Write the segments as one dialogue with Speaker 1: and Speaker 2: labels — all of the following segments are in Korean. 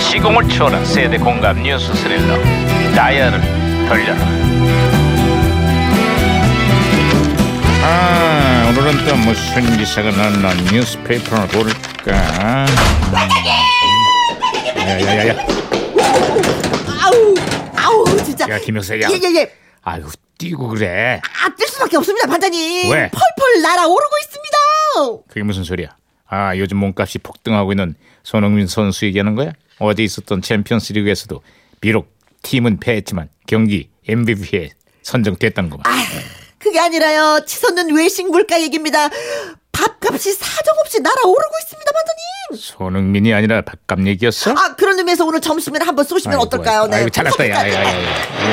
Speaker 1: 시공을 초월한 세대 공감 뉴스 스릴러 다이얼을 돌려라 아 오늘은 또 무슨 기사가 났나 뉴스페이퍼를 볼까
Speaker 2: 음.
Speaker 1: 야야야야
Speaker 2: 아우 아우 진짜
Speaker 1: 야, 김영세, 야.
Speaker 2: 예예예
Speaker 1: 아유 뛰고 그래
Speaker 2: 아뜰 수밖에 없습니다 반장님
Speaker 1: 왜?
Speaker 2: 펄펄 날아오르고 있습니다
Speaker 1: 그게 무슨 소리야 아 요즘 몸값이 폭등하고 있는 손흥민 선수 얘기하는 거야 어제 있었던 챔피언스리그에서도 비록 팀은 패했지만 경기 MVP에 선정됐다는 거만
Speaker 2: 아 그게 아니라요 치솟는 외식 물가 얘기입니다 밥값이 사정없이 날아오르고 있습니다 반장님
Speaker 1: 손흥민이 아니라 박감 얘기였어?
Speaker 2: 아 그런 의미에서 오늘 점심에는 한번 쏘시면
Speaker 1: 아이고,
Speaker 2: 어떨까요 네
Speaker 1: 아이고 잘났다
Speaker 2: 소비자-
Speaker 1: 야야야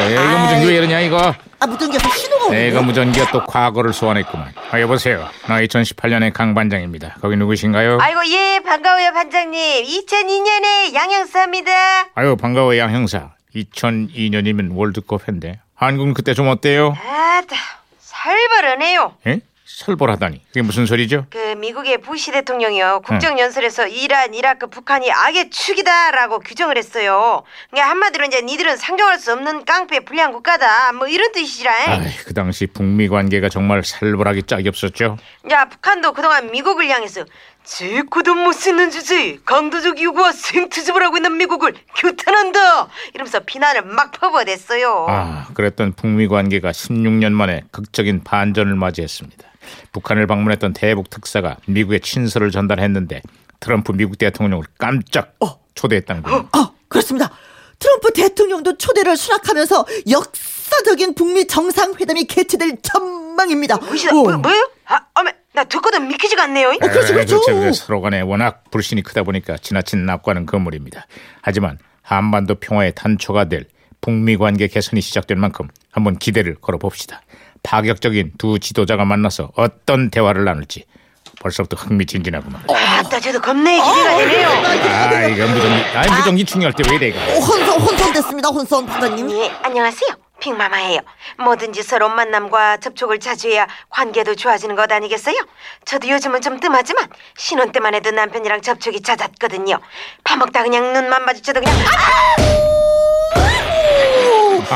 Speaker 1: 이거 무전기 왜 이러냐 이거
Speaker 2: 아 무전기에서 신호가 오네
Speaker 1: 내가 무전기가 또 과거를 소환했구만 아 여보세요 나 2018년의 강반장입니다 거기 누구신가요?
Speaker 3: 아이고 예 반가워요 반장님 2002년에 양형사입니다
Speaker 1: 아유 반가워 양 형사 2002년이면 월드컵 했는데 한국은 그때 좀 어때요?
Speaker 3: 아따 살벌하네요
Speaker 1: 에? 설벌하다니 그게 무슨 소리죠?
Speaker 3: 그 미국의 부시 대통령이요 국정연설에서 이란 이라크 북한이 악의 축이다라고 규정을 했어요 그러니까 한마디로 이제 니들은 상종할 수 없는 깡패 불량 국가다 뭐 이런 뜻이라
Speaker 1: 아이 그 당시 북미 관계가 정말 살벌하기 짝이 없었죠
Speaker 3: 야 북한도 그동안 미국을 향해서 제코도 못 쓰는 주제 강도적 요구와 생투집을 하고 있는 미국을 규탄한다 이러면서 비난을 막 퍼부어댔어요
Speaker 1: 아, 그랬던 북미 관계가 16년 만에 극적인 반전을 맞이했습니다. 북한을 방문했던 대북 특사가 미국의 친서를 전달했는데 트럼프 미국 대통령을 깜짝 초대했다는 거예요.
Speaker 2: 어 그렇습니다 트럼프 대통령도 초대를 수락하면서 역사적인 북미 정상회담이 개최될 전망입니다
Speaker 3: 무시다
Speaker 2: 오.
Speaker 3: 뭐, 뭐요? 아, 어메, 나 듣고도 믿기지가 않네요.
Speaker 2: 어, 그렇죠,
Speaker 1: 에이,
Speaker 2: 그렇죠.
Speaker 1: 어. 그렇죠, 그렇죠. 서로 간에 워낙 불신이 크다 보니까 지나친 낙관은 그물입니다. 하지만 한반도 평화의 단초가 될 북미 관계 개선이 시작될 만큼 한번 기대를 걸어봅시다. 파격적인 두 지도자가 만나서 어떤 대화를 나눌지 벌써부터 흥미진진하구만.
Speaker 2: 어,
Speaker 3: 아따, 저도 겁내 기대가
Speaker 1: 어.
Speaker 3: 되네요.
Speaker 1: 아 이거 무전기 아 무전기 중요할 때 왜 이래 이거
Speaker 2: 혼선 혼선됐습니다 혼선 반장님
Speaker 1: 어.
Speaker 3: 예, 안녕하세요. 빅마마예요. 뭐든지 서로 만남과 접촉을 자주해야 관계도 좋아지는 것 아니겠어요? 저도 요즘은 좀 뜸하지만 신혼 때만 해도 남편이랑 접촉이 잦았거든요. 밥 먹다 그냥 눈만 마주쳐도 그냥 아,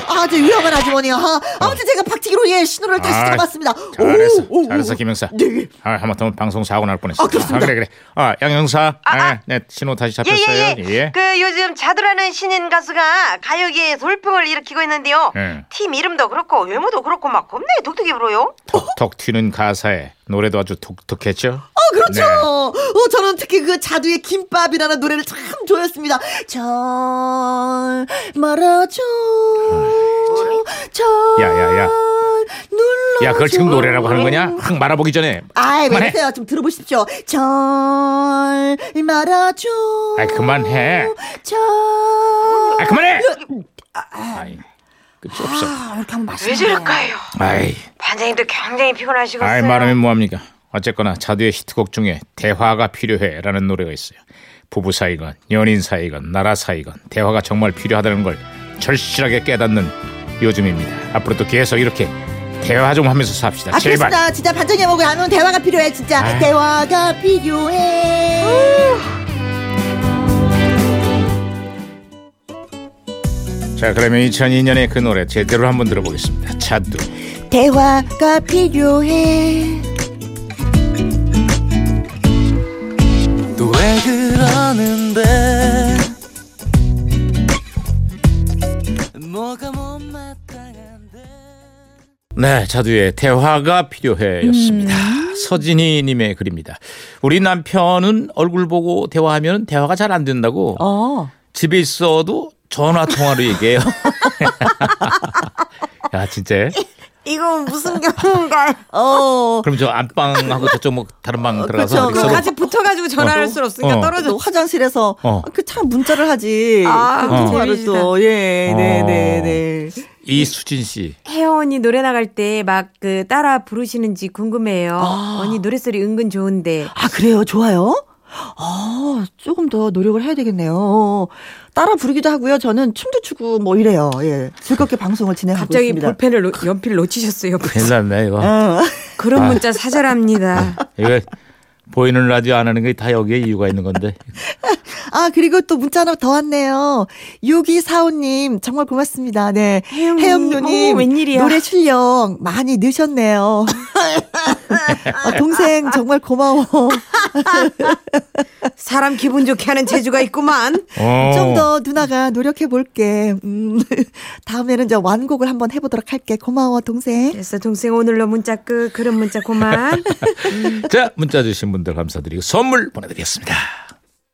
Speaker 2: 아주 위험한 아주머니야. 아, 아무튼 제가 박치기로 예 신호를 다시
Speaker 1: 아,
Speaker 2: 들어봤습니다.
Speaker 1: 잘했어
Speaker 2: 오, 오, 오.
Speaker 1: 잘했어 김 형사
Speaker 2: 네.
Speaker 1: 아 하마터면 방송 사고 날 뻔했어
Speaker 2: 아, 그렇습니다.
Speaker 1: 그래 그래 아양 형사 아,
Speaker 3: 아.
Speaker 1: 네 신호 다시 잡혔어요
Speaker 3: 예예예. 그 요즘 자두라는 신인 가수가 가요계에 돌풍을 일으키고 있는데요.
Speaker 1: 예.
Speaker 3: 팀 이름도 그렇고 외모도 그렇고 막 겁내 독특해 불어요.
Speaker 1: 톡톡 튀는 가사에 노래도 아주 독특했죠
Speaker 2: 어 그렇죠.
Speaker 1: 네.
Speaker 2: 어 저는 특히 그 자두의 김밥이라는 노래를 참 좋아했습니다. 절 말아줘. 절
Speaker 1: 야, 야, 야.
Speaker 2: 눌러.
Speaker 1: 야 그걸 지금 노래라고 하는 거냐 확 말아보기 전에
Speaker 2: 아이 왜
Speaker 1: 그만해.
Speaker 2: 그러세요? 좀 들어보십시오. 절 말아줘.
Speaker 1: 아이, 그만해.
Speaker 2: 절.
Speaker 1: 아 그만해 아이 끝이 없어
Speaker 2: 아, 이렇게 하면 맛있네.
Speaker 3: 왜 저럴까요?
Speaker 1: 아이
Speaker 3: 반장님도 굉장히 피곤하시겠어요.
Speaker 1: 음. 아이 말하면 뭐합니까? 어쨌거나 자두의 히트곡 중에 대화가 필요해라는 노래가 있어요. 부부 사이건 연인 사이건 나라 사이건 대화가 정말 필요하다는 걸 절실하게 깨닫는 요즘입니다. 앞으로도 계속 이렇게 대화 좀 하면서 삽시다.
Speaker 2: 아,
Speaker 1: 제발.
Speaker 2: 그렇습니다. 진짜 반전이 먹고 하면 대화가 필요해, 진짜.
Speaker 1: 아.
Speaker 2: 대화가 필요해.
Speaker 1: 자 그러면 2002년의 그 노래 제대로 한번 들어보겠습니다. 자두.
Speaker 2: 대화가 필요해.
Speaker 4: 또 왜 그러는데 뭐가 못마땅한데
Speaker 1: 네, 자두의 대화가 필요해였습니다. 서진희님의 글입니다. 우리 남편은 얼굴 보고 대화하면 대화가 잘 안 된다고.
Speaker 2: 어.
Speaker 1: 집에 있어도 전화 통화로 얘기해요. 야 진짜?
Speaker 2: 이거 무슨 경우인가? 어.
Speaker 1: 그럼 저 안방하고 저쪽 뭐 다른 방
Speaker 2: 그쵸.
Speaker 1: 들어가서
Speaker 2: 그럼
Speaker 1: 서로
Speaker 2: 같이
Speaker 5: 붙어가지고 전화를 할 수는 없으니까
Speaker 1: 어.
Speaker 5: 떨어져.
Speaker 2: 또 화장실에서
Speaker 1: 어.
Speaker 2: 그 참 문자를 하지.
Speaker 5: 아,
Speaker 2: 그 통화를
Speaker 5: 재밌다.
Speaker 2: 또. 예, 네,
Speaker 1: 어.
Speaker 2: 네, 네.
Speaker 1: 이수진 씨.
Speaker 5: 혜영 언니 노래 나갈 때 막 그 따라 부르시는지 궁금해요. 언니 노래소리 은근 좋은데.
Speaker 2: 아, 그래요? 좋아요? 아, 조금 더 노력을 해야 되겠네요. 따라 부르기도 하고요. 저는 춤도 추고 뭐 이래요. 예. 즐겁게 방송을 진행하고
Speaker 5: 갑자기
Speaker 2: 있습니다.
Speaker 5: 볼펜을 놓- 연필을 놓치셨어요.
Speaker 1: 괜찮네 이거.
Speaker 2: 어.
Speaker 5: 그런 문자 사절합니다.
Speaker 1: 이거 보이는 라디오 안 하는 게 다 여기에 이유가 있는 건데.
Speaker 2: 아, 그리고 또 문자 하나 더 왔네요. 6245님, 정말 고맙습니다. 네.
Speaker 5: 혜영님,
Speaker 2: 혜영누님.
Speaker 5: 어머, 웬일이야.
Speaker 2: 노래 실력 많이 느셨네요. 아, 동생, 정말 고마워.
Speaker 5: 사람 기분 좋게 하는 재주가 있구만.
Speaker 1: 어.
Speaker 2: 좀 더 누나가 노력해볼게. 음, 다음에는 저 완곡을 한번 해보도록 할게. 고마워, 동생.
Speaker 5: 됐어 동생 오늘로 문자 끝. 그런 문자 고만.
Speaker 1: 자 문자 주신 분들 감사드리고 선물 보내드리겠습니다.